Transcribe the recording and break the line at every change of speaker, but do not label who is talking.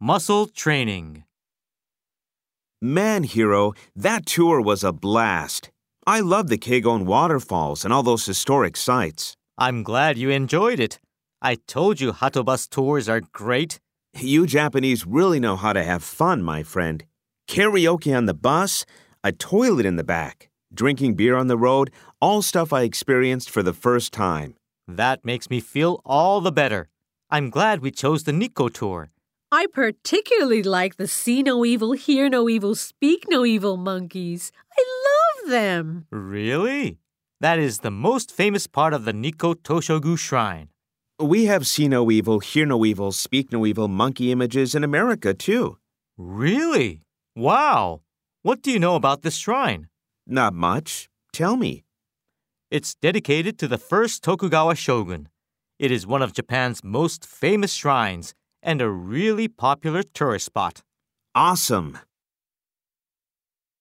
Muscle training.
Man, Hero, that tour was a blast. I love the Kegon waterfalls and all those historic sites.
I'm glad you enjoyed it. I told you Hatobus tours are great.
You Japanese really know how to have fun, my friend. Karaoke on the bus, a toilet in the back, drinking beer on the road, all stuff I experienced for the first time.
That makes me feel all the better. I'm glad we chose the Nikko tour.
I particularly like the see no evil, hear no evil, speak no evil monkeys. I love them.
Really? That is the most famous part of the Nikko Toshogu Shrine.
We have see no evil, hear no evil, speak no evil monkey images in America, too.
Really? Wow! What do you know about this shrine?
Not much. Tell me.
It's dedicated to the first Tokugawa shogun. It is one of Japan's most famous shrines and a really popular tourist spot.
Awesome.